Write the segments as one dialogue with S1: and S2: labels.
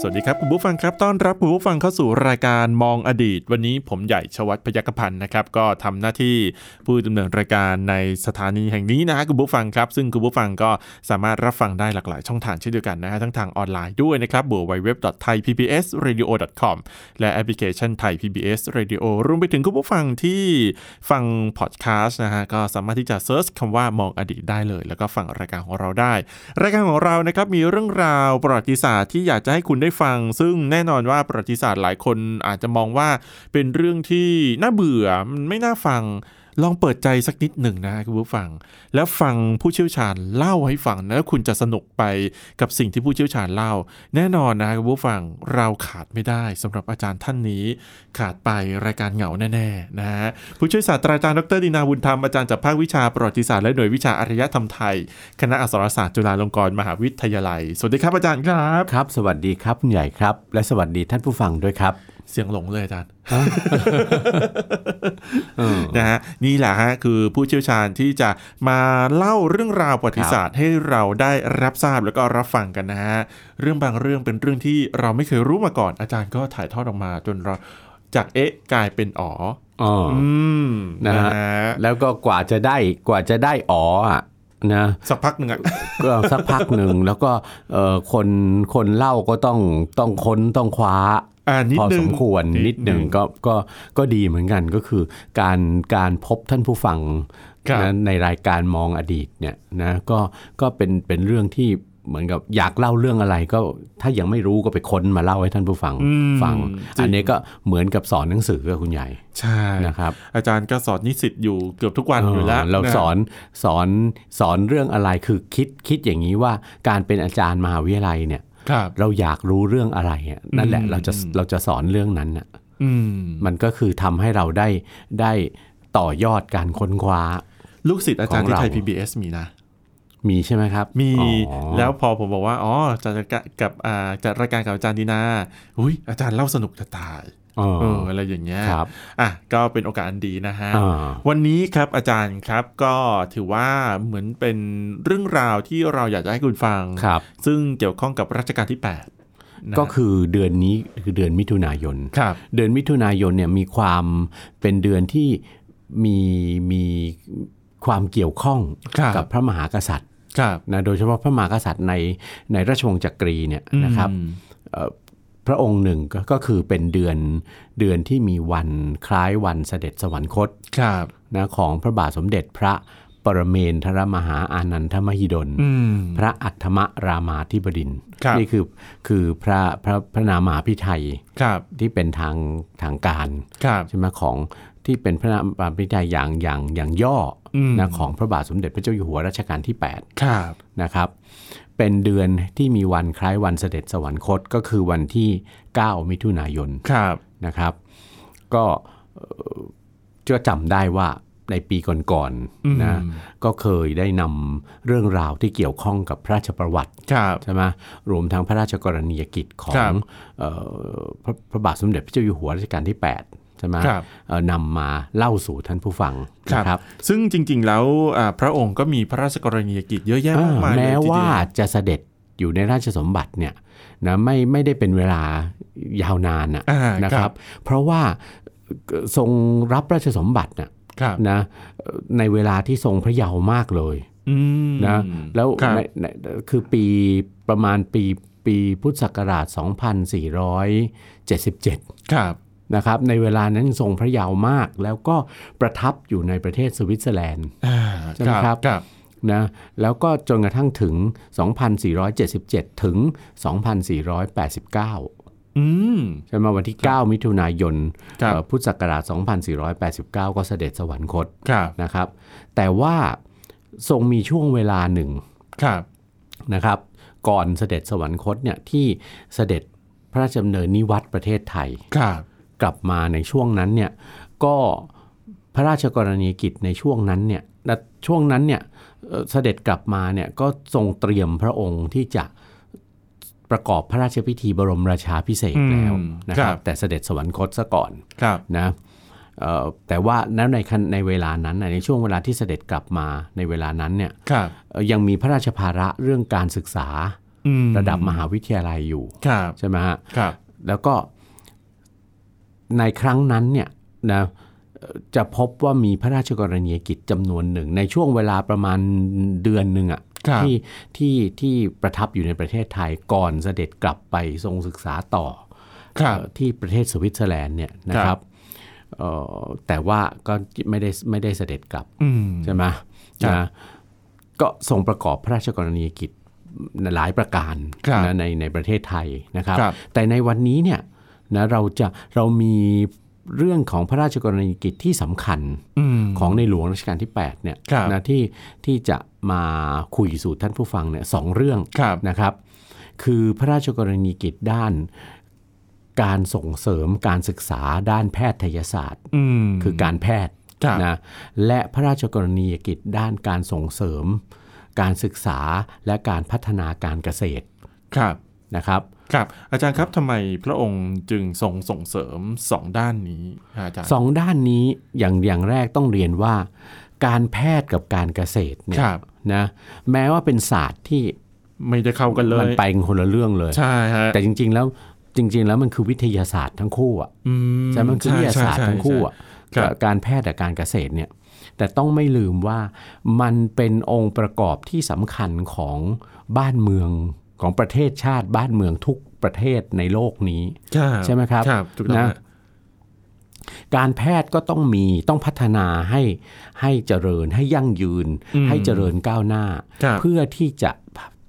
S1: สวัสดีครับคุณผู้ฟังครับต้อนรับคุณผู้ฟังเข้าสู่รายการมองอดีต วันนี้ผมใหญ่ชวัฒน์พยัคฆพันธ์นะครับก็ทำหน้าที่ผู้ดำเนินรายการในสถานีแห่งนี้นะฮะคุณผู้ฟังครับ ซึ่งคุณผู้ฟังก็สามารถรับฟังได้หลากหลายช่องทางเช่นเดียวกันนะฮะทั้งทางออนไลน์ด้วยนะครับบวไวเว็บ thaipbsradio.com และแอปพลิเคชัน Thai PBS Radio รวมไปถึงคุณผู้ฟังที่ฟังพอดแคสต์นะฮะก็สามารถที่จะเซิร์ชคำว่ามองอดีตได้เลย แล้วก็ฟังรายการของเราได้ รายการของเรานะครับมีเรื่องราวประวัติศาสตร์ที่อยากจะให้คุณได้ฟัง ซึ่งแน่นอนว่าประวัติศาสตร์หลายคนอาจจะมองว่าเป็นเรื่องที่น่าเบื่อมันไม่น่าฟัง ลองเปิดใจสักนิดหนึ่งนะคุณผู้ฟัง แล้วฟังผู้เชี่ยวชาญเล่าให้ฟังนะคุณจะสนุกไปกับสิ่งที่ผู้เชี่ยวชาญเล่า แน่นอนนะคุณผู้ฟังเราขาดไม่ได้สำหรับอาจารย์ท่านนี้ ขาดไปรายการเหงาแน่ๆนะฮะผู้ช่วยศาสตราจารย์ดรดินาบุญธรรมอาจารย์จากภาควิชาประวัติศาสตร์และหน่วยวิชาอารยธรรมไทย คณะอักษรศาสตร์จุฬาลงกรณ์มหาวิทยาลัย สวัสดีครับอาจารย์ครับ
S2: ครับ สวัสดีครับคุณใหญ่ครับ และสวัสดีท่านผู้ฟังด้วยครับ
S1: เสียงหลงเลยอาจารย์ นะฮะนี่แหละฮะคือผู้เชี่ยวชาญที่จะมาเล่าเรื่องราวประวัติศาสตร์ให้เราได้รับทราบแล้วก็รับฟังกันนะฮะเรื่องบางเรื่องเป็นเรื่องที่เราไม่เคยรู้มาก่อน อาจารย์ก็ถ่ายทอดออกมา จนเราจากเอ๊ะกลายเป็นอ๋อ
S2: อ๋อ
S1: อืม
S2: นะฮะ แล้วก็กว่าจะได้กว่าจะได้อ๋ออะนะ
S1: สักพักหนึ่งอะ
S2: ก็ สักพักหนึ่ง แล้วก็เอ่อคนคนเล่าก็ต้องต้องค้นต้องคว้า
S1: อ่านิด
S2: พอ
S1: นึ
S2: ส
S1: ง
S2: มควรนิดหนึ่งก็ก็ก็ดีเหมือนกันก็คือการการพบท่านผู้ฟัง
S1: ครับ
S2: นะในรายการมองอดีตเนี่ยนะก็ก็เป็นเป็นเรื่องที่เหมือนกับอยากเล่าเรื่องอะไรก็ถ้ายังไม่รู้ก็ไปค้นมาเล่าให้ท่านผู้ฟังฟัง อันนี้ก็เหมือนกับสอนหนังสือกับคุณใหญ่
S1: ใช่
S2: นะครับ
S1: อาจารย์ก็สอนนิสิตอยู่เกือบทุกวันอยู่แล้
S2: เออเรา
S1: วะ
S2: สอนสอนสอนเรื่องอะไรคือคิดคิดอย่างนี้ว่าการเป็นอาจารย์มหาวิทยาลัยเนี่ย
S1: ครับ
S2: เราอยากรู้เรื่องอะไรอะนั่นแหละเราจะเราจะสอนเรื่องนั้นน่ะ
S1: อืม
S2: มันก็คือทำให้เราได้ได้ต่อยอดการค้นคว้า
S1: ลูกศิษย์อาจารย์
S2: ของ
S1: ที่ไทย
S2: เรา
S1: PBS มีนะ
S2: มีใช่ไหมครับ
S1: มี
S2: อ๋อ
S1: แล้วพอผมบอกว่า อ๋อจะกับอ่าจัดรายการกับอาจารย์ดีนาอุ้ยอาจารย์เล่าสนุกจะตาย
S2: เออ
S1: เอออะไรอย่างเงี้ย
S2: ครับ
S1: อ่ะก็เป็นโอกาสอันดีนะฮะ
S2: อ่า
S1: วันนี้ครับอาจารย์ครับก็ถือว่าเหมือนเป็นเรื่องราวที่เราอยากจะให้คุณฟัง
S2: ครับ
S1: ซึ่งเกี่ยวข้องกับรัชกาลที่ 8 นะ
S2: ก็คือเดือนนี้คือเดือนมิถุนายน
S1: ครับ
S2: เดือนมิถุนายนเนี่ยมีความเป็นเดือนที่มีมีความเกี่ยวข้อง
S1: ครับ
S2: กับพระมหากษัตริย์
S1: ครับ
S2: นะโดยเฉพาะพระมหากษัตริย์ในในราชวงศ์จักรีเนี่ยนะครับ
S1: อืม
S2: เอ่อพระองค์หนึ่งก็ก็คือเป็นเดือนเดือนที่มีวันคล้ายวันเสด็จสวรรคต
S1: ครับ
S2: นะของพระบาทสมเด็จพระปรเมนทรมหาอานันทมหิดล
S1: อืม
S2: พระอัฏฐมรามาธิบดินทร์
S1: ครับ
S2: นี่คือคือพระพระพระนามหาพิไทย
S1: ครับ
S2: ที่เป็นทางทางการ
S1: ครับ
S2: ใช่ไหมของที่เป็นพระนามหาพิไทยอย่างอย่างอย่างย่ออ
S1: ม
S2: นะของพระบาทสมเด็จพระเจ้าอยู่หัวรัชกาลที่ 8
S1: ครับ
S2: นะครับเป็นเดือนที่มีวันคล้ายวันเสด็จสวรรคตก็คือวันที่ 9 มิถุนายน
S1: ครับ
S2: นะครับก็เอ่อก็จำได้ว่าในปีก่อนๆนะก็เคยได้นำเรื่องราวที่เกี่ยวข้องกับพระราชประวัติ
S1: ครับ
S2: ใช่ไหมรวมทั้งพระราชกรณียกิจขอ
S1: ครั
S2: ง
S1: บ
S2: เอ่อพระพระบาทสมเด็จพระเจ้าอยู่หัวรัชกาลที่ 8 ใช่ไหม
S1: ครับ
S2: เอ่อนำมาเล่าสู่ท่านผู้ฟังนะครับ
S1: ซึ่งจริง ๆ แล้วอ่าพระองค์ก็มีพระราชกรณียกิจเยอะแยะมากมายเลย
S2: แม้
S1: ทีเดีย
S2: ว่าจะเสด็จอยู่ในราชสมบัติเนี่ยนะไม่ไม่ได้เป็นเวลายาวนานอะ
S1: อ่า
S2: นะค
S1: ครั
S2: รับ บ เพราะว่าเอ่อทรงรับราชสมบัติน่ะ
S1: ครับ
S2: นะเอ่อในเวลาที่ทรงพระเยาว์มากเลย
S1: อืม
S2: นะแล้ว
S1: ครับ
S2: ในในคือปีประมาณปีปีพุทธศักราช 2477
S1: ครับ
S2: นะครับในเวลานั้นทรงพระเยาว์มาก แล้วก็ประทับอยู่ในประเทศสวิตเซอร์แลนด์
S1: อ่า
S2: ใช่ไหมครับ
S1: ครับ
S2: นะแล้วก็จนกระทั่งถึง 2477 ถึง 2489
S1: อืม
S2: ใช่ไหมวันที่ 9 มิถุนายน
S1: ครับ
S2: เอ่อพุทธศักราช 2489 ก็เสด็จสวรรคต
S1: ครับ
S2: นะครับ แต่ว่าทรงมีช่วงเวลาหนึ่ง
S1: ครับ
S2: นะครับ ก่อนเสด็จสวรรคตเนี่ยที่เสด็จพระราชดำเนินนิวัตรประเทศไทย
S1: ครับ
S2: กลับมาในช่วงนั้นเนี่ยก็ พระราชกรณียกิจในช่วงนั้นเนี่ยณช่วงนั้นเนี่ยเอ่อเสด็จกลับมาเนี่ยก็ทรงเตรียมพระองค์ที่จะประกอบพระราชพิธีบรมราชาพิเศษกแล้ว
S1: อืม
S2: นะ
S1: ค
S2: ค
S1: รั
S2: รับ บ แต่เสด็จสวรรคตซะก่อน
S1: ครับ
S2: นะเอ่อแต่ว่าแล้วในคันในเวลานั้นน่ะในช่วงเวลาที่เสด็จกลับมาในเวลานั้นเนี่ย
S1: ครับ
S2: เอ่อยังมีพระราชภาระเรื่องการศึกษา
S1: อืม
S2: ระดับมหาวิทยาลัยอยู่
S1: ครับ
S2: ใช่ไหมฮะ
S1: ครับ
S2: แล้วก็ในครั้งนั้นเนี่ยนะเอ่อจะพบว่ามีพระราชกรณียกิจจำนวนหนึ่ง ในช่วงเวลาประมาณเดือนหนึ่งอะ
S1: ครับ
S2: ที่ที่ที่ประทับอยู่ในประเทศไทยก่อนเสด็จกลับไปทรงศึกษาต่อ
S1: ครับ
S2: เอ่อที่ประเทศสวิตเซอร์แลนด์เนี่ยนะค
S1: ครั
S2: รับ บเอ่อแต่ว่าก็ไม่ได้ไม่ได้เสด็จกลับ
S1: อืม
S2: ใช่ไหม
S1: ครับ
S2: นะก็ทรงประกอบพระราชกรณียกิจหลายประการ
S1: ครับ
S2: นะในในประเทศไทยนะครับ
S1: ครับ
S2: แต่ในวันนี้เนี่ยนะเราจะเรามีเรื่องของพระราชกรณียกิจที่สำคัญของในหลวงรัชกาลที่8เนี่ย
S1: ครับ
S2: นะที่ที่จะมาคุยสู่ท่านผู้ฟังเนี่ยสองเรื่อง
S1: ครับ
S2: นะครับ คือพระราชกรณียกิจด้านการส่งเสริมการศึกษาด้านแพทยศาสตร์
S1: อืม
S2: คือการแพทย์
S1: ครับ
S2: นะและพระราชกรณียกิจด้านการส่งเสริม การศึกษาและการพัฒนาการเกษตร
S1: ครับ
S2: นะครับ
S1: ครับ อาจารย์ครับทำไมพระองค์จึงทรงส่งเสริมสองด้านนี้ฮะอาจารย์
S2: สองด้านนี้อย่างอย่างแรกต้องเรียนว่า การแพทย์กับการเกษตรเนี่
S1: ค
S2: ย
S1: รับ
S2: นะแม้ว่าเป็นศาสตร์ที่
S1: ไม่ได้เข้ากันเล
S2: มั
S1: ย
S2: นไปคนละเรื่องเลย
S1: ใช่ฮะ
S2: แต่จริง ๆ แล้วจริง ๆ แล้วมันคือวิทยาศาสตร์ทั้งคู่อ่ะ
S1: อืม
S2: ใช่มันคือวิทยาศาสตร์
S1: ใช่
S2: ทั้งคู่อ่ะ
S1: ใช่ครับ
S2: การแพทย์กับการเกษตรเนี่ยแต่ต้องไม่ลืมว่ามันเป็นองค์ประกอบที่สำคัญของบ้านเมืองของประเทศชาติบ้านเมืองทุกประเทศในโลกนี้ ใช่ไหมครับ
S1: ครับถูกต้อง
S2: นะ
S1: ฮะ
S2: การแพทย์ก็ต้องมีต้องพัฒนาให้ให้เจริญให้ยั่งยืน ให้เจริญก้าวหน้า
S1: ครับ
S2: เพื่อที่จะ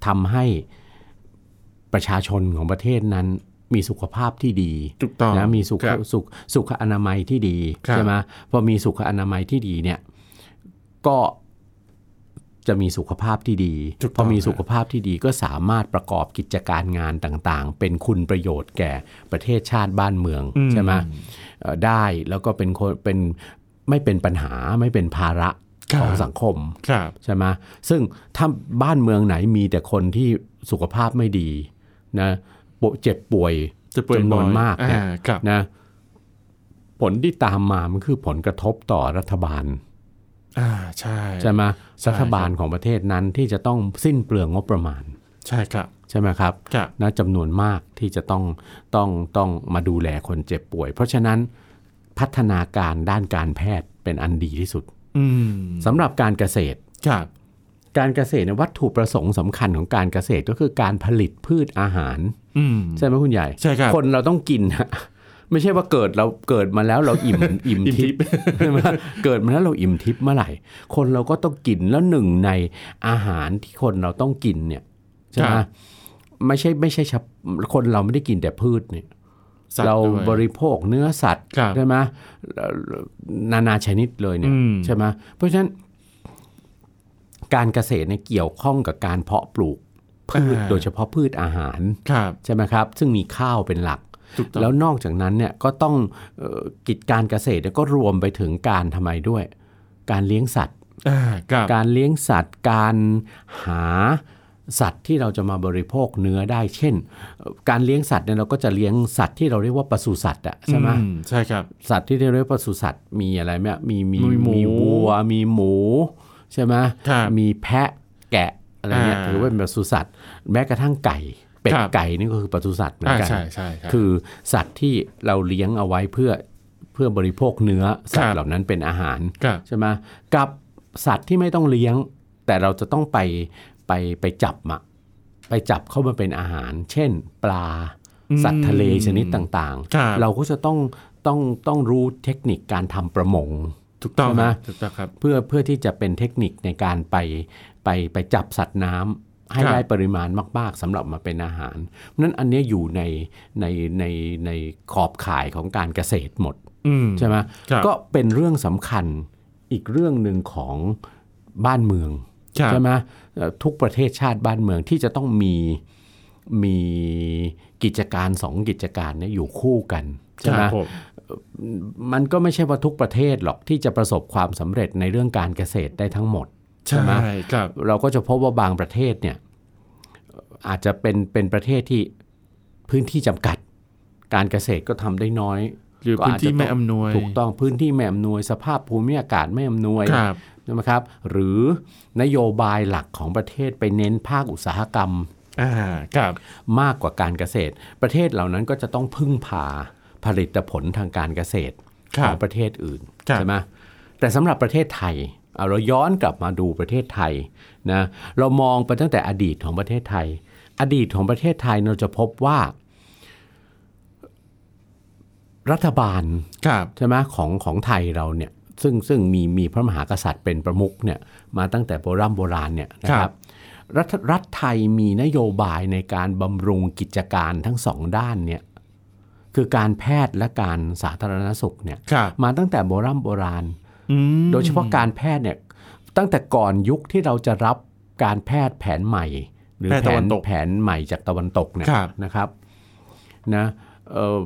S2: ทำให้ประชาชนของประเทศนั้นมีสุขภาพที่ดี
S1: ถูกต้อง
S2: นะมีสุข
S1: ครับ
S2: สุขสุขอนามัยที่ดี
S1: ครับ
S2: ใช่ไหมพอมีสุขอนามัยที่ดีเนี่ยก็จะมีสุขภาพที่ดี
S1: ถูกต้อง
S2: พอมี
S1: ฮะ
S2: สุขภาพที่ดีก็สามารถประกอบกิจการงานต่างๆ เป็นคุณประโยชน์แก่ประเทศชาติบ้านเมืองใช่ไหมเอ่อได้แล้วก็เป็นคนเป็นไม่เป็นปัญหาไม่เป็นภาระของสังคม
S1: ครับ
S2: ใช่ไหมซึ่งถ้าบ้านเมืองไหนมีแต่คนที่สุขภาพไม่ดีนะป่วยเจ็บป่วย
S1: จะป่วย
S2: จำนวน
S1: บ่อย
S2: มากเนี่ย
S1: อ่าครับ
S2: นะผลที่ตามมามันคือผลกระทบต่อรัฐบาล
S1: อ่าใช่
S2: ใช่ไหมรัฐบาลของประเทศนั้นที่จะต้องสิ้นเปลืองงบประมาณ
S1: ใช่ครับ
S2: ใช่ไหมครับ
S1: ครับ
S2: นะจำนวนมากที่จะต้องต้องต้องมาดูแลคนเจ็บป่วย เพราะฉะนั้นพัฒนาการด้านการแพทย์เป็นอันดีที่สุด
S1: อืม
S2: สำหรับการเกษตร
S1: ครับ
S2: การเกษตรเนยวัตถุประสงค์สำคัญของการเกษตรก็คือการผลิตพืชอาหาร
S1: อืม
S2: ใช่ไหมคุณใหญ่
S1: ใช่ครับ
S2: คนเราต้องกิน ฮะไม่ใช่ว่าเกิดเราเกิดมาแล้วเราอิ่ม อิ่ม
S1: อิม
S2: ทิ
S1: ทิ
S2: พ
S1: พ
S2: ย์
S1: ย์
S2: ใช่ไหมเกิดมาแล้วเราอิ่มทิพย์เมื่อไหร่ คนเราก็ต้องกินแล้วหนึ่งในอาหารที่คนเราต้องกินเนี่ยใช่ไหม
S1: ครับ
S2: ไม่ใช่ไม่ใช่เฉพาะคนเราไม่ได้กินแต่พืชเนี่ย
S1: สัตว์
S2: เรา
S1: ด้วย
S2: บริโภคเนื้อสัตว์
S1: ครับ
S2: ใช่ไหมเอ่อนานาชนิดเลยเนี่ย
S1: อืม
S2: ใช่ไหมเพราะฉะนั้นการเกษตรเนี่ยเกี่ยวข้องกับการเพาะปลูกพืชโดยเฉพาะพืชอาหาร
S1: ครับ
S2: ใช่ไหมครับ ซึ่งมีข้าวเป็นหลัก
S1: ถูกต้อง
S2: แล้วนอกจากนั้นเนี่ยก็ต้องเอ่อกิจการเกษตรเนี่ยก็รวมไปถึงการทำไมด้วย การเลี้ยงสัตว์
S1: อ่าครับ
S2: การเลี้ยงสัตว์ การหาสัตว์ที่เราจะมาบริโภคเนื้อได้ เช่นเอ่อการเลี้ยงสัตว์เนี่ยเราก็จะเลี้ยงสัตว์ที่เราเรียกว่าปศุสัตว์อะใช่ไหม
S1: อืใช่ครับ
S2: สัตว์ที่เรียกว่าปศุสัตว์มีอะไรไหมมีมี
S1: มีหมู
S2: วัว มีหมูใช่ไหม
S1: ครับ
S2: มีแพะแกะอะไรเนี่ย
S1: อ่า
S2: ถือว่าเป็นปศุสัตว์ แม้กระทั่งไก่เป็ด
S1: ครับ
S2: ไก่นี่ก็คือปศุสัตว์เหมือ
S1: อ่าน
S2: กัน
S1: ใช่ใช่ครับ
S2: คือสัตว์ที่เราเลี้ยงเอาไว้เพื่อเพื่อบริโภคเนื้อสัต
S1: ครับ
S2: ว์เหล่านั้นเป็นอาหาร
S1: ครับ
S2: ใช่ไหมกับสัตว์ที่ไม่ต้องเลี้ยง แต่เราจะต้องไปไปไปจับมาไปจับเข้ามาเป็นอาหาร เช่น ปลาสัตว์ทะเลชนิดต่าง
S1: ครับ
S2: ๆ เราก็จะต้องต้องต้องรู้เทคนิคการทำประมง
S1: ถูกต้อง
S2: ใช่ไหม
S1: ถูกต้องครับ
S2: เพื่อเพื่อที่จะเป็นเทคนิคในการไปไปไปจับสัตว์น้ำให้
S1: ครับ
S2: ได้ปริมาณมาก ๆสำหรับมาเป็นอาหารเพราะฉะนั้นอันเนี้ยอยู่ในในในในขอบข่ายของการเกษตรหมด
S1: อืม
S2: ใช่ไหม
S1: ครับ
S2: ก็เป็นเรื่องสำคัญอีกเรื่องหนึ่งของบ้านเมือง
S1: ครับ
S2: ใช่ไหมเอ่อทุกประเทศชาติบ้านเมืองที่จะต้องมีมีกิจการสองกิจการเนี่ยอยู่คู่กัน
S1: ค
S2: ใช่ไหม
S1: รับผม
S2: เ มันก็ไม่ใช่ว่าทุกประเทศหรอกที่จะประสบความสำเร็จในเรื่องการเกษตรได้ทั้งหมด ใช่
S1: ใช่
S2: ไหม
S1: ครับ
S2: เราก็จะพบว่าบางประเทศเนี่ยอาจจะเป็นเป็นประเทศที่พื้นที่จำกัด การเกษตรก็ทำได้น้อย
S1: หรือพื้นที่ไม่อำนวย
S2: ถูกต้องพื้นที่ไม่อำนวยสภาพภูมิอากาศไม่อำนวย
S1: ครับ
S2: นะครับ หรือนโยบายหลักของประเทศไปเน้นภาคอุตสาหกรรม
S1: อ่าครับ
S2: มากกว่าการเกษตร ประเทศเหล่านั้นก็จะต้องพึ่งพาผลิตผลทางการเกษตร
S1: ครับ
S2: ของประเทศอื่น
S1: ครับ
S2: ใช่ไหมแต่สำหรับประเทศไทยเอาเราย้อนกลับมาดูประเทศไทยนะเรามองไปตั้งแต่อดีตของประเทศไทย อดีตของประเทศไทยเราจะพบว่า รัฐบาล
S1: ครับ
S2: ใช่ไหมของของไทยเราเนี่ยซึ่งซึ่งมีมีพระมหากษัตริย์เป็นประมุขเนี่ยมาตั้งแต่โบราณโบราณเนี่ยนะครับรัฐรัฐไทยมีนโยบายในการบำรุงกิจการทั้งสองด้านเนี่ยคือการแพทย์และการสาธารณสุขเนี่ย
S1: ครับ
S2: มาตั้งแต่โบราณโบราณ
S1: อืม
S2: โดยเฉพาะการแพทย์เนี่ยตั้งแต่ก่อนยุคที่เราจะรับการแพทย์แผนใหม่ หรือ
S1: แพทย์
S2: แผ
S1: ตะวัน นตก
S2: แผนใหม่จากตะวันตกเนี่ย
S1: ครับ
S2: นะครับนะเอ่อ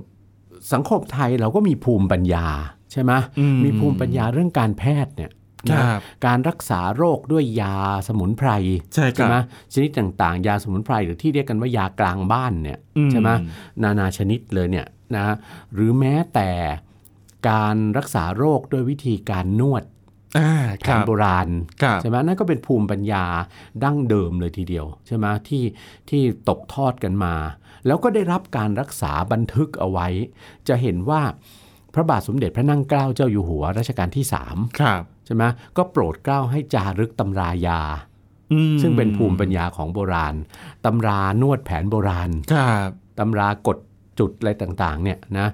S2: สังคมไทยเราก็มีภูมิปัญญาใช่ไหม
S1: อืม
S2: มีภูมิปัญญาเรื่องการแพทย์เนี่ยนะครับการรักษาโรคด้วยยาสมุนไพร
S1: ใช่ครับ
S2: ไหมชนิดต่างๆ ยาสมุนไพรหรือที่เรียกกันว่ายากลางบ้านเนี่ย
S1: อืม
S2: ใช่ไหมนานาชนิดเลยเนี่ยนะหรือแม้แต่การรักษาโรคด้วยวิธีการนวด
S1: อ่า
S2: แผ
S1: คนรับ
S2: โบราณ
S1: ครับ
S2: ใช่ไหมนั่นก็เป็นภูมิปัญญาดั้งเดิมเลยทีเดียวใช่ไหมที่ที่ตกทอดกันมา แล้วก็ได้รับการรักษาบันทึกเอาไว้ จะเห็นว่าพระบาทสมเด็จพระนั่งเกล้าเจ้าอยู่หัวรัชกาลที่
S1: ครับ
S2: 3ใช่ไหมก็โปรดเกล้าให้จารึกตำรายา
S1: อืม
S2: ซึ่งเป็นภูมิปัญญาของโบราณตำรานวดแผนโบราณ
S1: ครับ
S2: ตำรากดจุดอะไรต่างๆเนี่ยนะ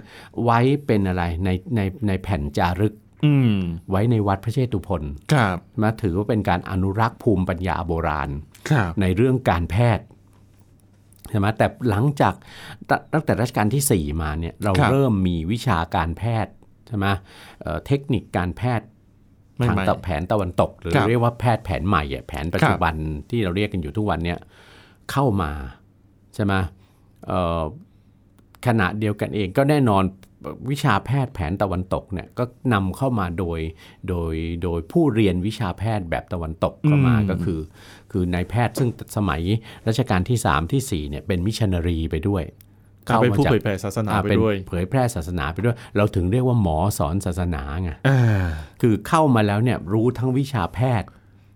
S2: ไว้เป็นอะไรในในในแผ่นจารึก
S1: อืม
S2: ไว้ในวัดพระเชตุพน
S1: ครับ
S2: มาถือว่าเป็นการอนุรักษ์ภูมิปัญญาโบราณ
S1: ครับ
S2: ในเรื่องการแพทย์ใช่ไหมแต่หลังจากตตั้งแต่รัชกาลทีสี่ 4 มาเนี่ยเรา
S1: ครับ
S2: เริ่มมีวิชาการแพทย์ใช่ไหมเอ่อเทคนิคการแพทย์
S1: ไม่
S2: ทาง
S1: ไม่
S2: ตะแผนตะวันตก หรือ
S1: ครับ
S2: เรียกว่าแพทย์แผนใหม่อะแผนปัจจุบันที่เราเรียกกันอยู่ทุกวันเนี่ยเข้ามาใช่ไหมเอ่อขณะเดียวกันเองก็แน่นอนวิชาแพทย์แผนตะวันตกเนี่ยก็นำเข้ามาโดยโดยโดยผู้เรียนวิชาแพทย์แบบตะวันตกเข้ามา
S1: อืม
S2: ก็คือ คือนายแพทย์ซึ่งสมัยรัชกาลที่ 3 ทีสี่4เนี่ยเป็นมิชชันนารีไปด้วย
S1: เขาเป็นผู้
S2: จก
S1: เผยแผ่ศาสนา
S2: อ่า
S1: ไป
S2: เป็น
S1: ด้วย
S2: เผยแพร่ศาสนาไปด้วย เราถึงเรียกว่าหมอสอนศาสนาไง
S1: อ่า
S2: คือเข้ามาแล้วเนี่ยรู้ทั้งวิชาแพทย์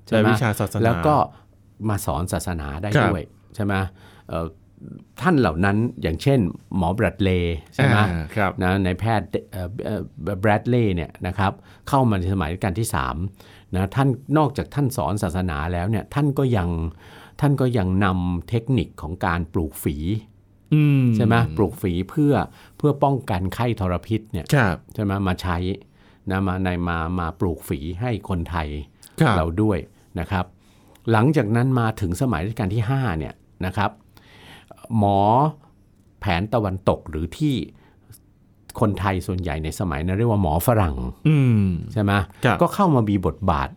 S2: ใช่
S1: และ
S2: ไหม
S1: วิชาศาสนา
S2: แล้วก็มาสอนศาสนาได้
S1: ครับ
S2: ด้วยใช่ไหมเอ่อท่านเหล่านั้นอย่างเช่น หมอบรัดเลย์ใช่ไหม
S1: อ่าครับ
S2: นะในแพทย์เอ่อเอ่อแบรดเลย์เนี่ยนะครับเข้ามาในสมัยรัชกาลที่3นะท่านนอกจากท่านสอนศาสนาแล้วเนี่ยท่านก็ยังท่านก็ยังนำเทคนิคของการปลูกฝี
S1: อืม
S2: ใช่ไหมปลูกฝีเพื่อเพื่อป้องกันไข้ทรพิษเนี่ย
S1: ครับ
S2: ใช่ไหมมาใช้นะมาในมามาปลูกฝีให้คนไทย
S1: ครับ
S2: เราด้วยนะครับ หลังจากนั้นมาถึงสมัยรัชกาลที่ 5 เนี่ยนะครับ หมอแผนตะวันตกหรือที่คนไทยส่วนใหญ่ในสมัยนั้นเรียกว่าหมอฝรั่ง
S1: อืม
S2: ใช่ไหม
S1: ครับ
S2: ก็เข้ามามีบทบาท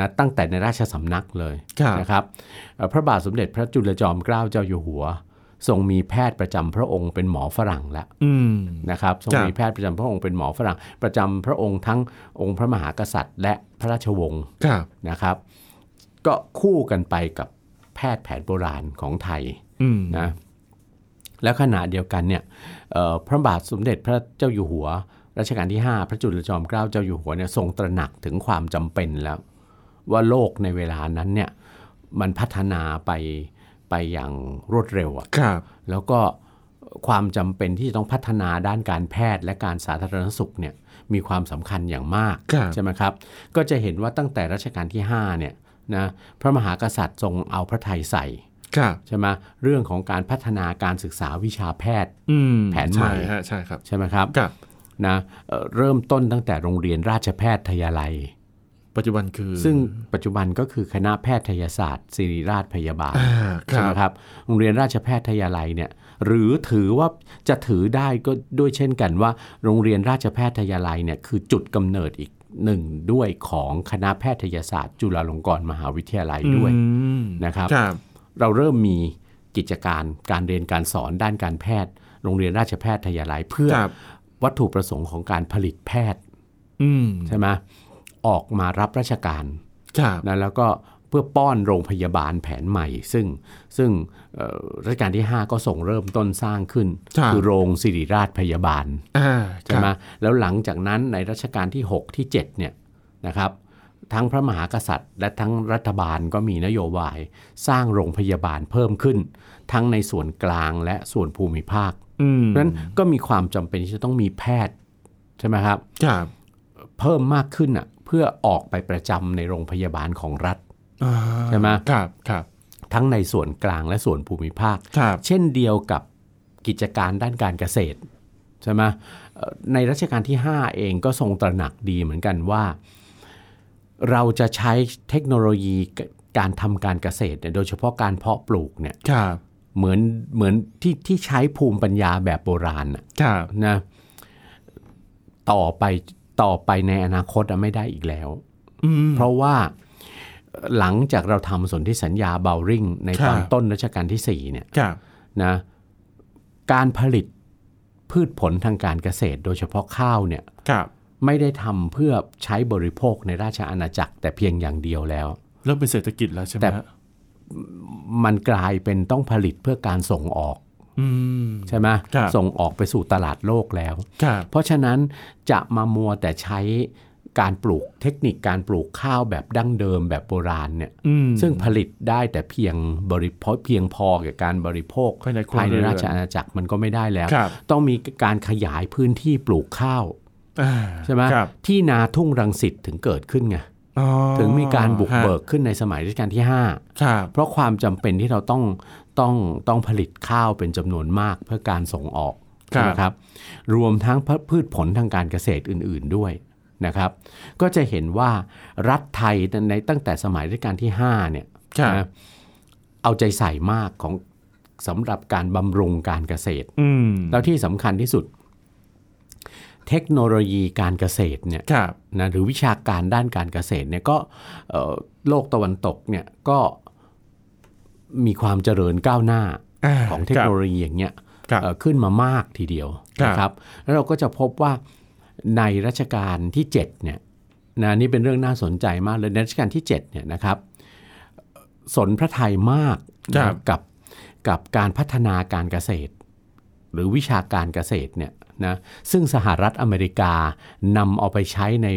S2: นะตั้งแต่ในราชสำนักเลย
S1: ครับ
S2: นะครับเอ่อพระบาทสมเด็จพระจุลจอมเกล้าเจ้าอยู่หัว ทรงมีแพทย์ประจำพระองค์เป็นหมอฝรั่งแล้ว
S1: อืม
S2: นะครับทรง
S1: ครับ
S2: มีแพทย์ประจำพระองค์เป็นหมอฝรั่ง ประจำพระองค์ทั้งองค์พระมหากษัตริย์ และพระราชวงศ์
S1: ครับ
S2: นะครับ ก็คู่กันไปกับแพทย์แผนโบราณของไทย
S1: อืม
S2: นะแล้วขณะเดียวกันเนี่ยเอ่อพระบาทสมเด็จพระเจ้าอยู่หัวรัชกาลที่ 5 พระจุลจอมเกล้าเจ้าอยู่หัวเนี่ยทรงตระหนักถึงความจำเป็นแล้ว ว่าโลกในเวลานั้นเนี่ยมันพัฒนาไปไปอย่างรวดเร็วอะ
S1: ครับ
S2: แล้วก็ความจำเป็นที่จะต้องพัฒนาด้านการแพทย์และการสาธารณสุขเนี่ยมีความสำคัญอย่างมาก
S1: ครับ
S2: ใช่ไหมครับ ก็จะเห็นว่าตั้งแต่รัชกาลที่5เนี่ยนะพระมหากษัตริย์ทรงเอาพระไทยใส่
S1: ครับ
S2: ใช่ไหมเรื่องของการพัฒนาการศึกษาวิชาแพทย์
S1: อืม
S2: แผนใหม่
S1: ช่ฮะใช่ครับ
S2: ใช่ไหมครับ
S1: ครับ
S2: นะเอ่อเริ่มต้นตั้งแต่โรงเรียนราชแพทยาลัย
S1: ปัจจุบันคือ
S2: ซึ่งปัจจุบันก็คือคณะแพทยศาสตร์ศิริราชพยาบาล
S1: อ่าค
S2: ใช่
S1: รั
S2: ไหม
S1: บ
S2: ครับโรงเรียนราชแพทยาลัยเนี่ยหรือถือว่าจะถือได้ก็ด้วยเช่นกันว่า โรงเรียนราชแพทยาลัยเนี่ยคือจุดกำเนิดอีกหนึ่งด้วยของคณะแพทยศาสตร์ จุฬาลงกรณ์มหาวิทยาลัยด้วย
S1: อืม
S2: นะครับ
S1: ครับ
S2: เราเริ่มมีกิจการการเรียนการสอนด้านการแพทย์ โรงเรียนราชแพทยาลัยเพื่อ
S1: ครับ
S2: วัตถุประสงค์ของการผลิตแพทย์
S1: อืม
S2: ใช่ไหมออกมารับราชการ
S1: ครับ
S2: นะแล้วก็เพื่อป้อนโรงพยาบาลแผนใหม่ ซึ่งซึ่งเอ่อรัชกาลที่ 5 ก็ส่งเริ่มต้นสร้างขึ้น คือโรงสิริราชพยาบาล
S1: อ่า
S2: ใช่ไหม
S1: ครับ
S2: แล้วหลังจากนั้นในรัชกาลที่ 6 ที่ 7 เนี่ยนะครับ ทั้งพระมหากษัตริย์ และทั้งรัฐบาลก็มีนโยบาย สร้างโรงพยาบาลเพิ่มขึ้น ทั้งในส่วนกลางและส่วนภูมิภาค
S1: อืม
S2: เพราะฉะนั้นก็มีความจำเป็นที่จะต้องมีแพทย์ใช่ไหมครับ
S1: ครับ
S2: เพิ่มมากขึ้นอ่ะเพื่อออกไปประจำในโรงพยาบาลของรัฐ
S1: อ่า
S2: ใช่ไหม
S1: ครับครับ
S2: ทั้งในส่วนกลางและส่วนภูมิภาค
S1: ครับ
S2: เช่นเดียวกับกิจการด้านการเกษตรใช่ไหมเอ่อในรัชกาลที่ 5 เองก็ทรงตระหนักดีเหมือนกันว่า เราจะใช้เทคโนโลยีการทำการเกษตรเนี่ยโดยเฉพาะการเพาะปลูกเนี่ย
S1: ครับ
S2: เหมือนเหมือนที่ที่ใช้ภูมิปัญญาแบบโบราณน่ะ
S1: ครับ
S2: นะต่อไปต่อไปในอนาคตอะไม่ได้อีกแล้ว
S1: อืม
S2: เพราะว่าหลังจากเราทำสนธิสัญญาเบลริงในตอน
S1: ครับ
S2: ต้นรัชกาลที่ 4 เนี่ย
S1: ครับ
S2: นะการผลิตพืชผลทางการเกษตร โดยเฉพาะข้าวเนี่ย
S1: ครับ
S2: ไม่ได้ทำเพื่อใช้บริโภคในราชอาณาจักรแต่เพียงอย่างเดียวแล้ว
S1: เริ่มเป็นเศรษฐกิจแล้วใช่ไหม
S2: แต่
S1: ฮะ
S2: มันกลายเป็นต้องผลิตเพื่อการส่งออก
S1: อืม
S2: ใช่ไหม
S1: ครับ
S2: ส่งออกไปสู่ตลาดโลกแล้ว
S1: ครับ
S2: เพราะฉะนั้นจะมามัวแต่ใช้การปลูกเทคนิคการปลูกข้าวแบบดั้งเดิมแบบโบราณเนี่ย
S1: อืม
S2: ซึ่งผลิตได้แต่เพียงบริโภคเพียงพอกับการบริโภค
S1: ภายในครัว
S2: ภายใน
S1: เรือน
S2: ราชอาณาจักรมันก็ไม่ได้แล้ว
S1: ครับ
S2: ต้องมีการขยายพื้นที่ปลูกข้าว
S1: อ่า
S2: ใช่ไหม
S1: ครับ
S2: ที่นาทุ่งรังสิตถึงเกิดขึ้นไง
S1: อ๋อ
S2: ถึงมีการบุกเบิ
S1: ฮะ
S2: กขึ้นในสมัยรัชกาลที่
S1: ครับ
S2: 5 เพราะความจำเป็นที่เราต้องต้องต้องผลิตข้าวเป็นจำนวนมากเพื่อการส่งออก
S1: ครับ
S2: นะครับ รวมทั้งพืชผลทางการเกษตรอื่น ๆด้วยนะครับ ก็จะเห็นว่ารัฐไทยในตั้งแต่สมัยรัชกาลที่5เนี่ย
S1: ครับ
S2: นะเอาใจใส่มากของสำหรับการบำรุงการเกษตร
S1: อืม
S2: แล้วที่สำคัญที่สุด เทคโนโลยีการเกษตรเนี่ย
S1: ครับ
S2: นะหรือวิชาการด้านการเกษตรเนี่ยก็เอ่อโลกตะวันตกเนี่ยก็มีความเจริญก้าวหน้า
S1: า
S2: ของเทคโนโลยีอย่างเงี้ย
S1: ครับ
S2: เอ่อขึ้นมามากทีเดียว
S1: ครับ
S2: นะครับ แล้วเราก็จะพบว่าในรัชกาลที่7เนี่ยนะนี่เป็นเรื่องน่าสนใจมากเลยในรัชกาลที่7เนี่ยนะครับสนพระไทยมาก
S1: ครั
S2: นะ
S1: บ
S2: กับกับการพัฒนาการเกษตร หรือวิชาการเกษตรเนี่ยนะซึ่งสหรัฐอเมริกานำเอาไปใช้ใน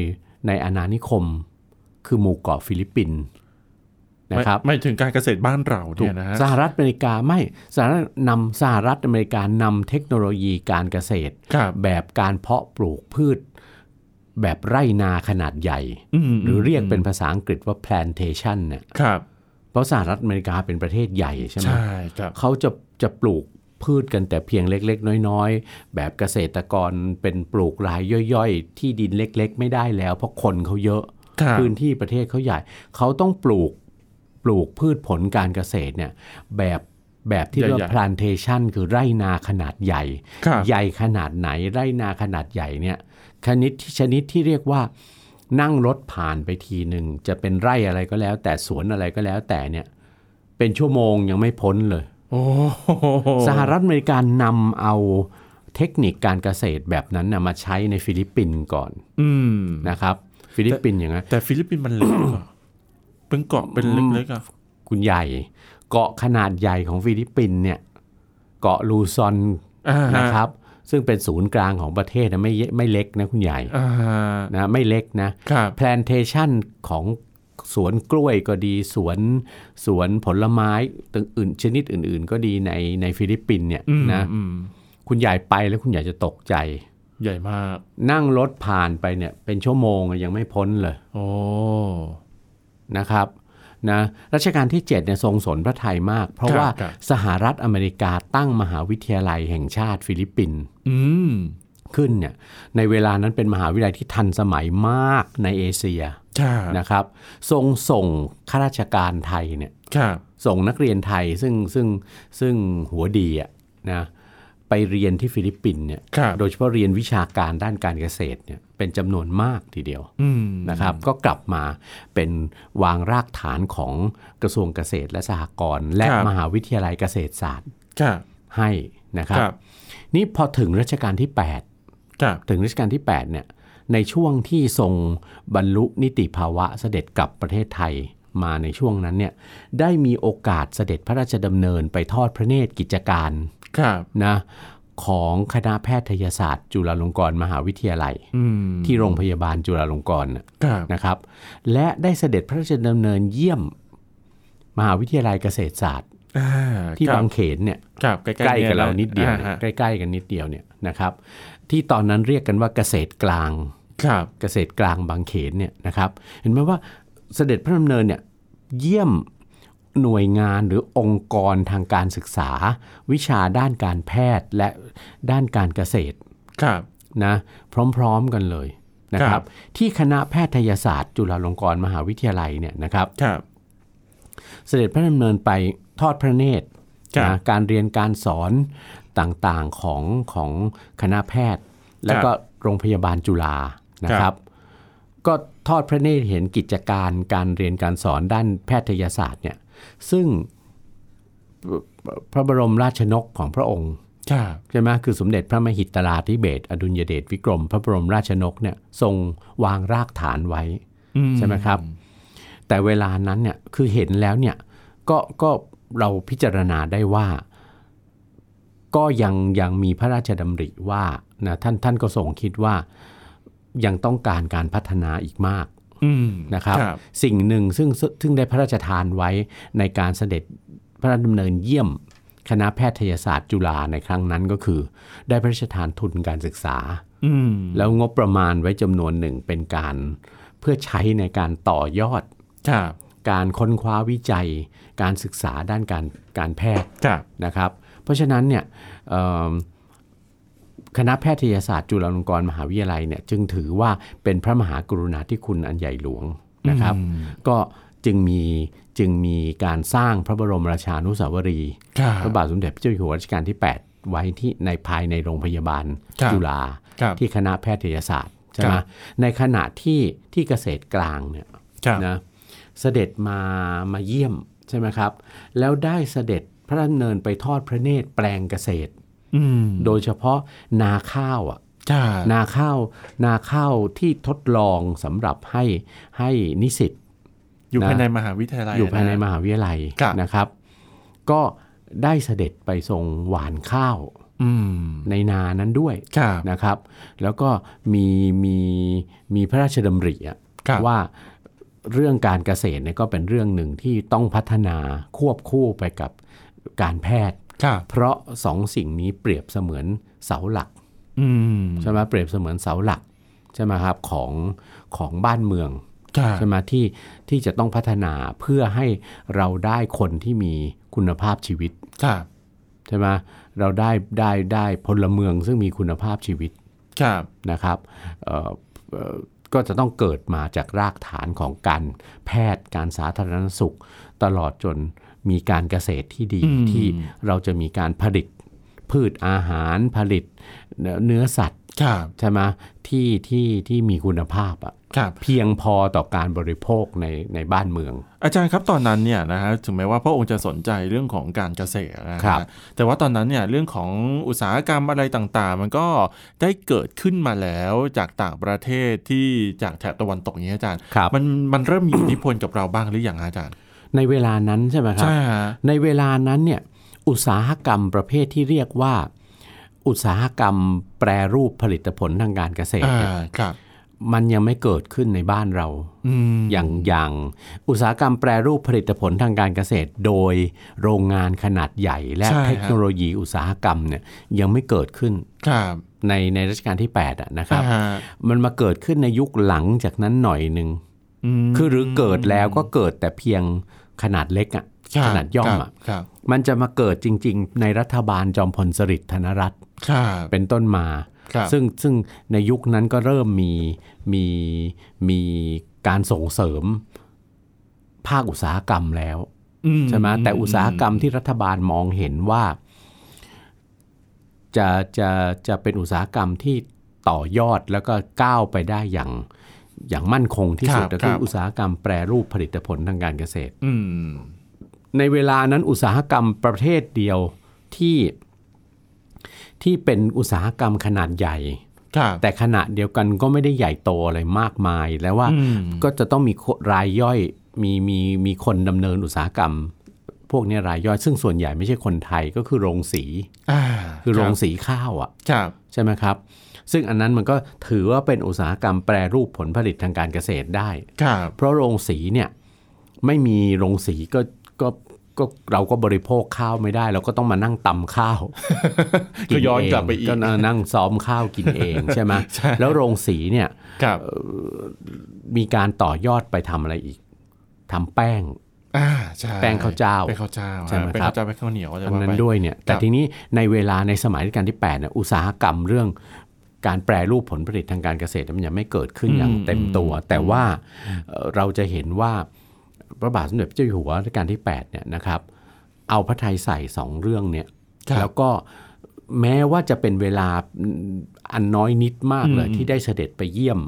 S2: ในอาณานิคม คือหมู่เกาะฟิลิปปินส์นะครับ
S1: ไม่ไม่ถึงการเกษตรบ้านเรา
S2: ถู
S1: เนี่
S2: ก
S1: ยนะฮะ
S2: สหรัฐอเมริกาไม่สหรัฐนำสหรัฐอเมริกานำเทคโนโลยีการเกษตร
S1: ครับ
S2: แบบการเพราะปลูกพืช แบบไร่นาขนาดใหญ่ หรือเรียกเป็นภาษาอังกฤษว่า plantation เนี่ย
S1: ครับ
S2: เพราะสหรัฐอเมริกาเป็นประเทศใหญ่ใช่ไหม
S1: ใช่ครับ
S2: เขาจะจะปลูกพืชกันแต่เพียงเล็ก ๆ น้อย ๆ แบบเกษตรกรเป็นปลูกรายย่อยๆ ที่ดินเล็ก ๆ ไม่ได้แล้ว เพราะคนเขาเยอะ
S1: ครับ
S2: พื้นที่ประเทศเขาใหญ่ เขาต้องปลูกปลูกพืชผลการเกษตรเนี่ยแบบแบบที่เรียก
S1: ใหญ่ๆ
S2: ว่า plantation คือไร่นาขนาดใหญ่
S1: ครับ
S2: ใหญ่ขนาดไหนไร่นาขนาดใหญ่เนี่ยชนิดที่ชนิดที่เรียกว่านั่งรถผ่านไปทีหนึ่ง จะเป็นไร่อะไรก็แล้ว แต่สวนอะไรก็แล้วแต่เนี่ยเป็นชั่วโมงยังไม่พ้นเลย
S1: โอ้โห
S2: สหรัฐอเมริกานำเอาเทคนิคการเกษตรแบบนั้นนะมาใช้ในฟิลิปปินส์ก่อน
S1: อืม
S2: นะครับ ฟิลิปปินส์อย่างนั้น
S1: แต่ฟิลิปปินส์มันเล็กกว่า เป็นเกาะเป็นเล็กๆอ่ะ
S2: คุณใหญ่เกาะขนาดใหญ่ของฟิลิปปินส์เนี่ยเกาะลูซอน
S1: อ่าฮ
S2: นะครับ ซึ่งเป็นศูนย์กลางของประเทศนะไม่เยไม่เล็กนะคุณใหญ่
S1: อ่าฮะ
S2: นะไม่เล็กนะครับ แพลนเทชันของสวนกล้วยก็ดีสวนสวนผลไม้ตึงอื่นชนิดอื่น ๆ ก็ดีในในฟิลิปปินส์เนี่ย
S1: อืม
S2: นะ
S1: อืม
S2: คุณใหญ่ไปแล้วคุณใหญ่จะตกใจ
S1: ใหญ่มาก
S2: นั่งรถผ่านไปเนี่ยเป็นชั่วโมงอะยังไม่พ้นเลย
S1: โอ้
S2: นะครับนะรัชกาลที่7เนี่ยทรงสนพระไทยมาก เพราะว่าสหรัฐอเมริกาตั้งมหาวิทยาลัยแห่งชาติฟิลิปปินส์
S1: อืม
S2: ขึ้นเนี่ยในเวลานั้นเป็นมหาวิทยาลัยที่ทันสมัยมากในเอเชีย
S1: ครับ
S2: นะครับทรงส่งข้าราชการไทยเนี่ย
S1: ครับ
S2: ส่งนักเรียนไทยซึ่งซึ่งซึ่งหัวดีอะนะไปเรียนที่ฟิลิปปินส์เนี่ย
S1: ครับ
S2: โดยเฉพาะเรียนวิชาการด้านการเกษตรเนี่ยเป็นจำนวนมากทีเดียว
S1: อืม
S2: นะครับก็กลับมาเป็นวางรากฐานของกระทรวงเกษตรและสหกรณ์และมหาวิทยาลัยเกษตรศาสตร์
S1: ครับ
S2: ให้นะครับ
S1: ครับ
S2: นี่พอถึงรัชกาลที่
S1: ครับ
S2: ถึงรัชกาลที่ 8 เนี่ย ในช่วงที่ทรงบรรลุนิติภาวะเสด็จกลับประเทศไทยมาในช่วงนั้นเนี่ย ได้มีโอกาสเสด็จพระราชดำเนินไปทอดพระเนตรกิจการ
S1: ครับ
S2: นะของคณะแพทยศาสตร์ จุฬาลงกรณ์มหาวิทยาลัย
S1: อืม
S2: ที่โรงพยาบาลจุฬาลงกรณ์น่ะ
S1: ครับ
S2: นะครับ และได้เสด็จพระราชดำเนินเยี่ยม มหาวิทยาลัยเกษตรศาสตร์
S1: อ่า
S2: ที่
S1: ครับ
S2: บางเขนเนี่ย
S1: ครับใกล้
S2: ใกล้กับเรานิดเดียว
S1: อ่
S2: เนี่ย
S1: ฮะ
S2: ใกล้ๆกันนิดเดียวเนี่ยนะครับ ที่ตอนนั้นเรียกกันว่าเกษตรกลาง
S1: ครับ
S2: เกษตรกลางบางเขนเนี่ยนะครับ เห็นไหมว่าเสด็จพระดำเนินเนี่ยเยี่ยมหน่วยงานหรือองค์กรทางการศึกษา วิชาด้านการแพทย์และด้านการเกษตร
S1: ครับ
S2: นะพร้อมๆกันเลยนะค
S1: ครั
S2: รับ
S1: บ
S2: ที่คณะแพทยศาสตร์ จุฬาลงกรณ์มหาวิทยาลัยเนี่ยนะครับ
S1: ครับ
S2: เสด็จพระดำเนินไปทอดพระเนตร
S1: ครับ
S2: นะการเรียนการสอนต่างๆของของคณะแพทย์ และก็โรงพยาบาลจุฬานะครับ ก็ทอดพระเนตรเห็นกิจการการเรียนการสอนด้านแพทยศาสตร์เนี่ยซึ่งพระบรมราชนกของพระองค์
S1: ครับ
S2: ใช่ไหมคือสมเด็จพระมหิตลาธิเบศรอดุลยเดชวิกรม พระบรมราชนกเนี่ยทรงวางรากฐานไว้
S1: อื
S2: ใช่ไหมครับ แต่เวลานั้นเนี่ยคือเห็นแล้วเนี่ยก็ก็เราพิจารณาได้ว่า ก็ยังยังมีพระราชดำริว่านะท่านท่านก็ทรงคิดว่ายังต้องการการพัฒนาอีกมาก
S1: อืม
S2: นะครับ
S1: ครับ
S2: สิ่งหนึ่งซึ่งซึ่งได้พระราชทานไว้ในการเสด็จพระราชดำเนินเยี่ยม คณะแพทยศาสตร์จุฬาในครั้งนั้นก็คือ ได้พระราชทานทุนการศึกษา
S1: อืม
S2: แล้วงบประมาณไว้จำนวนหนึ่งเป็นการเพื่อใช้ในการต่อยอด
S1: ครับ
S2: การค้นคว้าวิจัย การศึกษาด้านการการแพทย์
S1: ครับ
S2: นะครับ เพราะฉะนั้นเนี่ยเอิ่มคณะแพทยศาสตร์จุฬาลงกรณ์มหาวิทยาลัยเนี่ยจึงถือว่าเป็นพระมหากรุณาธิคุณอันใหญ่หลวงนะครับ
S1: อืม
S2: ก็จึงมีจึงมีการสร้างพระบรมราชานุสาวรีย์
S1: ครับ
S2: พระบาทสมเด็จพระเจ้าอยู่หัวรัชกาลที่ 8 ไว้ที่ในภายในโรงพยาบาล
S1: ครับ
S2: จุฬา
S1: ครับ
S2: ที่คณะแพทยศาสตร์ใช่
S1: ค
S2: ไหม
S1: รับ
S2: ในขณะที่ที่เกษตรกลางเนี่ย
S1: ครับ
S2: นะเสด็จมามาเยี่ยมใช่ไหมครับ แล้วได้เสด็จพระดำเนินไปทอดพระเนตรแปลงเกษตร
S1: อืม
S2: โดยเฉพาะนาข้าวอ่ะ
S1: ครับ
S2: นาข้าวนาข้าวที่ทดลองสำหรับให้ให้นิสิต
S1: อยู่
S2: นะ
S1: ภายในมหาวิทยาลัย
S2: อยู่ภายในม
S1: ะ
S2: หาวิทยาลัย
S1: ครับ
S2: นะครับ ก็ได้เสด็จไปทรงหวานข้าว
S1: อืม
S2: ในนานั้นด้วย
S1: ครับ
S2: นะครับ แล้วก็มีมีมีพระราชดำริอะ
S1: ครับ
S2: ว่าเรื่องการเกษตรเนี่ยก็เป็นเรื่องหนึ่งที่ต้องพัฒนาควบคู่ไปกับการแพทย์
S1: ครับ
S2: เพราะสองสิ่งนี้เปรียบเสมือนเสาหลัก
S1: อืม
S2: ใช่ไหมเปรียบเสมือนเสาหลักใช่ไหมครับของของบ้านเมือง
S1: ครับ
S2: ใช่ไหมที่ที่จะต้องพัฒนาเพื่อให้เราได้คนที่มีคุณภาพชีวิต
S1: ครับ
S2: ใช่ไหมเราได้ได้ได้พลเมืองซึ่งมีคุณภาพชีวิต
S1: ครับ
S2: นะครับเอ่อเอ่อก็จะต้องเกิดมาจากรากฐานของการแพทย์การสาธารณสุข ตลอดจนมีการเกษตรที่ดีที่เราจะมีการผลิตพืชอาหารผลิตเนื้อเนื้อสัตว์
S1: ครับ
S2: ใช่ไหมที่ที่ที่มีคุณภาพอะ
S1: ครับ
S2: เพียงพอต่อการบริโภคในในบ้านเมือง
S1: อาจารย์ครับตอนนั้นเนี่ยนะฮะถึงแม้ว่าพระองค์จะสนใจเรื่องของการเกษตรนะฮะ
S2: ครับ
S1: แต่ว่าตอนนั้นเนี่ยเรื่องของอุตสาหกรรมอะไรต่างๆ มันก็ได้เกิดขึ้นมาแล้วจากต่างประเทศที่จากแถบตะวันตกเนี้ยอาจารย์
S2: ครับ
S1: มันมันเริ่มมีอิทธิพลกับเราบ้างหรือยังฮะอาจารย์
S2: ในเวลานั้นใช่ไหมครับ
S1: ใช่ฮะ
S2: ในเวลานั้นเนี่ยอุตสาหกรรมประเภทที่เรียกว่า อุตสาหกรรมแปรรูปผลิตผลทางการเกษตร
S1: อ่า
S2: เนี่ย
S1: ครับ
S2: มันยังไม่เกิดขึ้นในบ้านเรา
S1: อืม
S2: อย่างอย่างอุตสาหกรรมแปรรูปผลิตผลทางการเกษตร โดยโรงงานขนาดใหญ่ และเทคโนโลยีอุตสาหกรรมเนี่ยยังไม่เกิดขึ้น
S1: ครับ
S2: ในในรัชกาลที่8อะนะครับ
S1: อ่าฮะ
S2: มันมาเกิดขึ้นในยุคหลังจากนั้นหน่อยหนึ่ง
S1: อืม
S2: คือหรือเกิดแล้วก็เกิดแต่เพียงขนาดเล็กอะ
S1: ครับ
S2: ขนาดย่อมอะ
S1: ครับ
S2: มันจะมาเกิดจริง ๆ ในรัฐบาลจอมพลสฤษดิ์ธนรัตน์
S1: ครับ
S2: เป็นต้นมา
S1: ครับ
S2: ซึ่งซึ่งในยุคนั้นก็เริ่มมีมีมีการส่งเสริมภาคอุตสาหกรรมแล้ว
S1: อื
S2: ใช่ไหมแต่อุตสาหกรรมที่รัฐบาลมองเห็นว่า จะจะจะเป็นอุตสาหกรรมที่ต่อยอดแล้วก็ก้าวไปได้อย่างอย่างมั่นคงที่สุดก็คืออุตสาหกรรมแปรรูปผลิตผลทางการเกษตร
S1: อืม
S2: ในเวลานั้นอุตสาหกรรมประเภทเดียวที่ที่เป็นอุตสาหกรรมขนาดใหญ่
S1: ครับ
S2: แต่ขณะเดียวกันก็ไม่ได้ใหญ่โตอะไรมากมายแล้วว่า
S1: อืม
S2: ก็จะต้องมีรายย่อยมีมีมีคนดำเนินอุตสาหกรรม พวกเนี้ยรายย่อยซึ่งส่วนใหญ่ไม่ใช่คนไทยก็คือโรงสี
S1: อ่า
S2: คือโรง
S1: รับ
S2: สีข้าวอ่ะ
S1: ครับ
S2: ใช่ไหมครับ ซึ่งอันนั้นมันก็ถือว่าเป็นอุตสาหกรรมแปรรูปผลผลิตทางการเกษตรได้
S1: ครับ
S2: เพราะโรงสีเนี่ยไม่มีโรงสีก็ก็ก็เราก็บริโภคข้าวไม่ได้ เราก็ต้องมานั่งตำข้าว
S1: ก็ย้อนกลับไปอีก
S2: ก็นั่งซ้อมข้าวกินเอง ใช่ไหม
S1: ใช่
S2: แล้วโรงสีเนี่ย
S1: ครับ
S2: มีการต่อยอดไปทำอะไรอีกทำแป้ง
S1: อ่าใช่
S2: แป้งข้าวเจ้า
S1: แป้งข้าวเจ้า
S2: ใช่ไหม
S1: แป้ง
S2: ครั
S1: ข้า
S2: บ
S1: วเจ้าแป้งข้าวเหนียวอะไร
S2: อัน
S1: ว่า
S2: นั้
S1: ไป
S2: นด้วยเนี่ยแต่
S1: ครับ
S2: ทีนี้ในเวลาในสมัยรัชกาลที่8เนี่ยอุตสาหกรรมเรื่องการแปรรูปผลผลิตทางการเกษตรมันยังไม่เกิดขึ้นอย่างเต็มตัว แต่ว่าเอ่อเราจะเห็นว่าพระบาทสมเด็จพระเจ้าอยู่หัวรัชกาลที่8เนี่ยนะครับเอาพระไทยใส่สองเรื่องเนี่ย
S1: ครับ
S2: แล้วก็แม้ว่าจะเป็นเวลาอันน้อยนิดมากเลย ที่ได้เสด็จไปเยี่ยม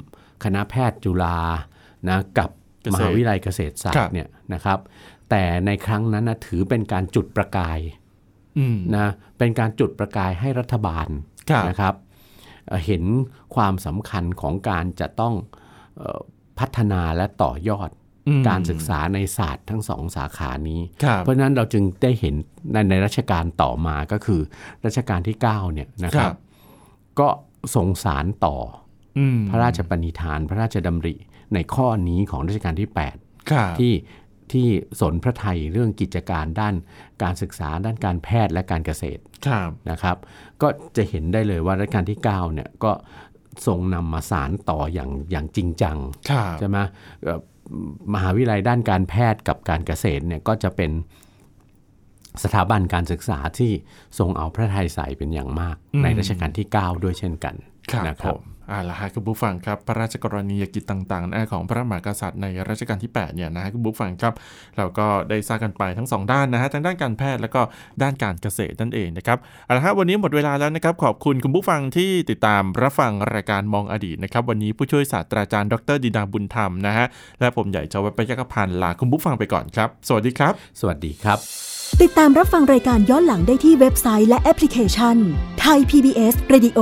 S2: คณะแพทย์จุฬานะกับ
S1: เกษตร
S2: มหาวิทยาลัยเกษตรศาสต
S1: ครับ
S2: ร์เนี่ยนะครับ แต่ในครั้งนั้นนะถือเป็นการจุดประกาย
S1: อืม
S2: นะเป็นการจุดประกายให้รัฐบาล
S1: ครับ
S2: นะครับเอ่อเห็นความสำคัญของการจะต้องเอ่อพัฒนาและต่อยอด
S1: อืม
S2: การศึกษาในศาสตร์ทั้งสองสาขานี้
S1: ครับ
S2: เพราะฉะนั้นเราจึงได้เห็นในในรัชกาลต่อมาก็คือรัชกาลที่9เนี่ยนะครั
S1: ครับ บ
S2: ก็ส่งสารต่อ
S1: อืม
S2: พระราชปณิธาน พระราชดำริในข้อนี้ของรัชกาลที่ 8
S1: ครับ
S2: ที่ที่สนพระไทยเรื่องกิจการด้านการศึกษาด้านการแพทย์และการเกษตร
S1: ครับ
S2: นะครับ ก็จะเห็นได้เลยว่ารัชกาลที่9เนี่ยก็ทรงนำมาสารต่ออย่างอย่างจริงจัง
S1: ครับ
S2: ใช่ไหมเอ่อมหาวิทยาลัยด้านการแพทย์กับการเกษตรเนี่ยก็จะเป็นสถาบันการศึกษาที่ทรงเอาพระไทยใส่เป็นอย่างมาก
S1: อืม
S2: ในรัชกาลที่ 9 ด้วยเช่นกัน
S1: ครับ
S2: นะค
S1: ผ
S2: รับ
S1: มอ่าละฮะคุณบุ๊ฟังครับพระราชกรณียกิจต่างๆนะของพระมหากษัตริย์ในรัชกาลที่8เนี่ยนะฮะคุณบุ๊ฟังครับ เราก็ได้ทราบกันไปทั้งสองด้านนะฮะทั้งด้านการแพทย์แล้วก็ด้านการเกษตรนั่นเองนะครับเอาละฮะวันนี้หมดเวลาแล้วนะครับขอบคุณคุณผู้ฟังที่ติดตามรับฟังรายการมองอดีตนะครับวันนี้ผู้ช่วยศาสตราจารย์ดรดินาบุญธรรมนะฮะและผมใหญ่ชวัฒน์ปยักพันธ์ลาคุณผู้ฟังไปก่อนครับสวัสดีครับ
S2: สวัสดีครับ
S3: ติดตามรับฟังรายการย้อนหลังได้ที่เว็บไซต์และแอปพลิเคชันไทย PBS Radio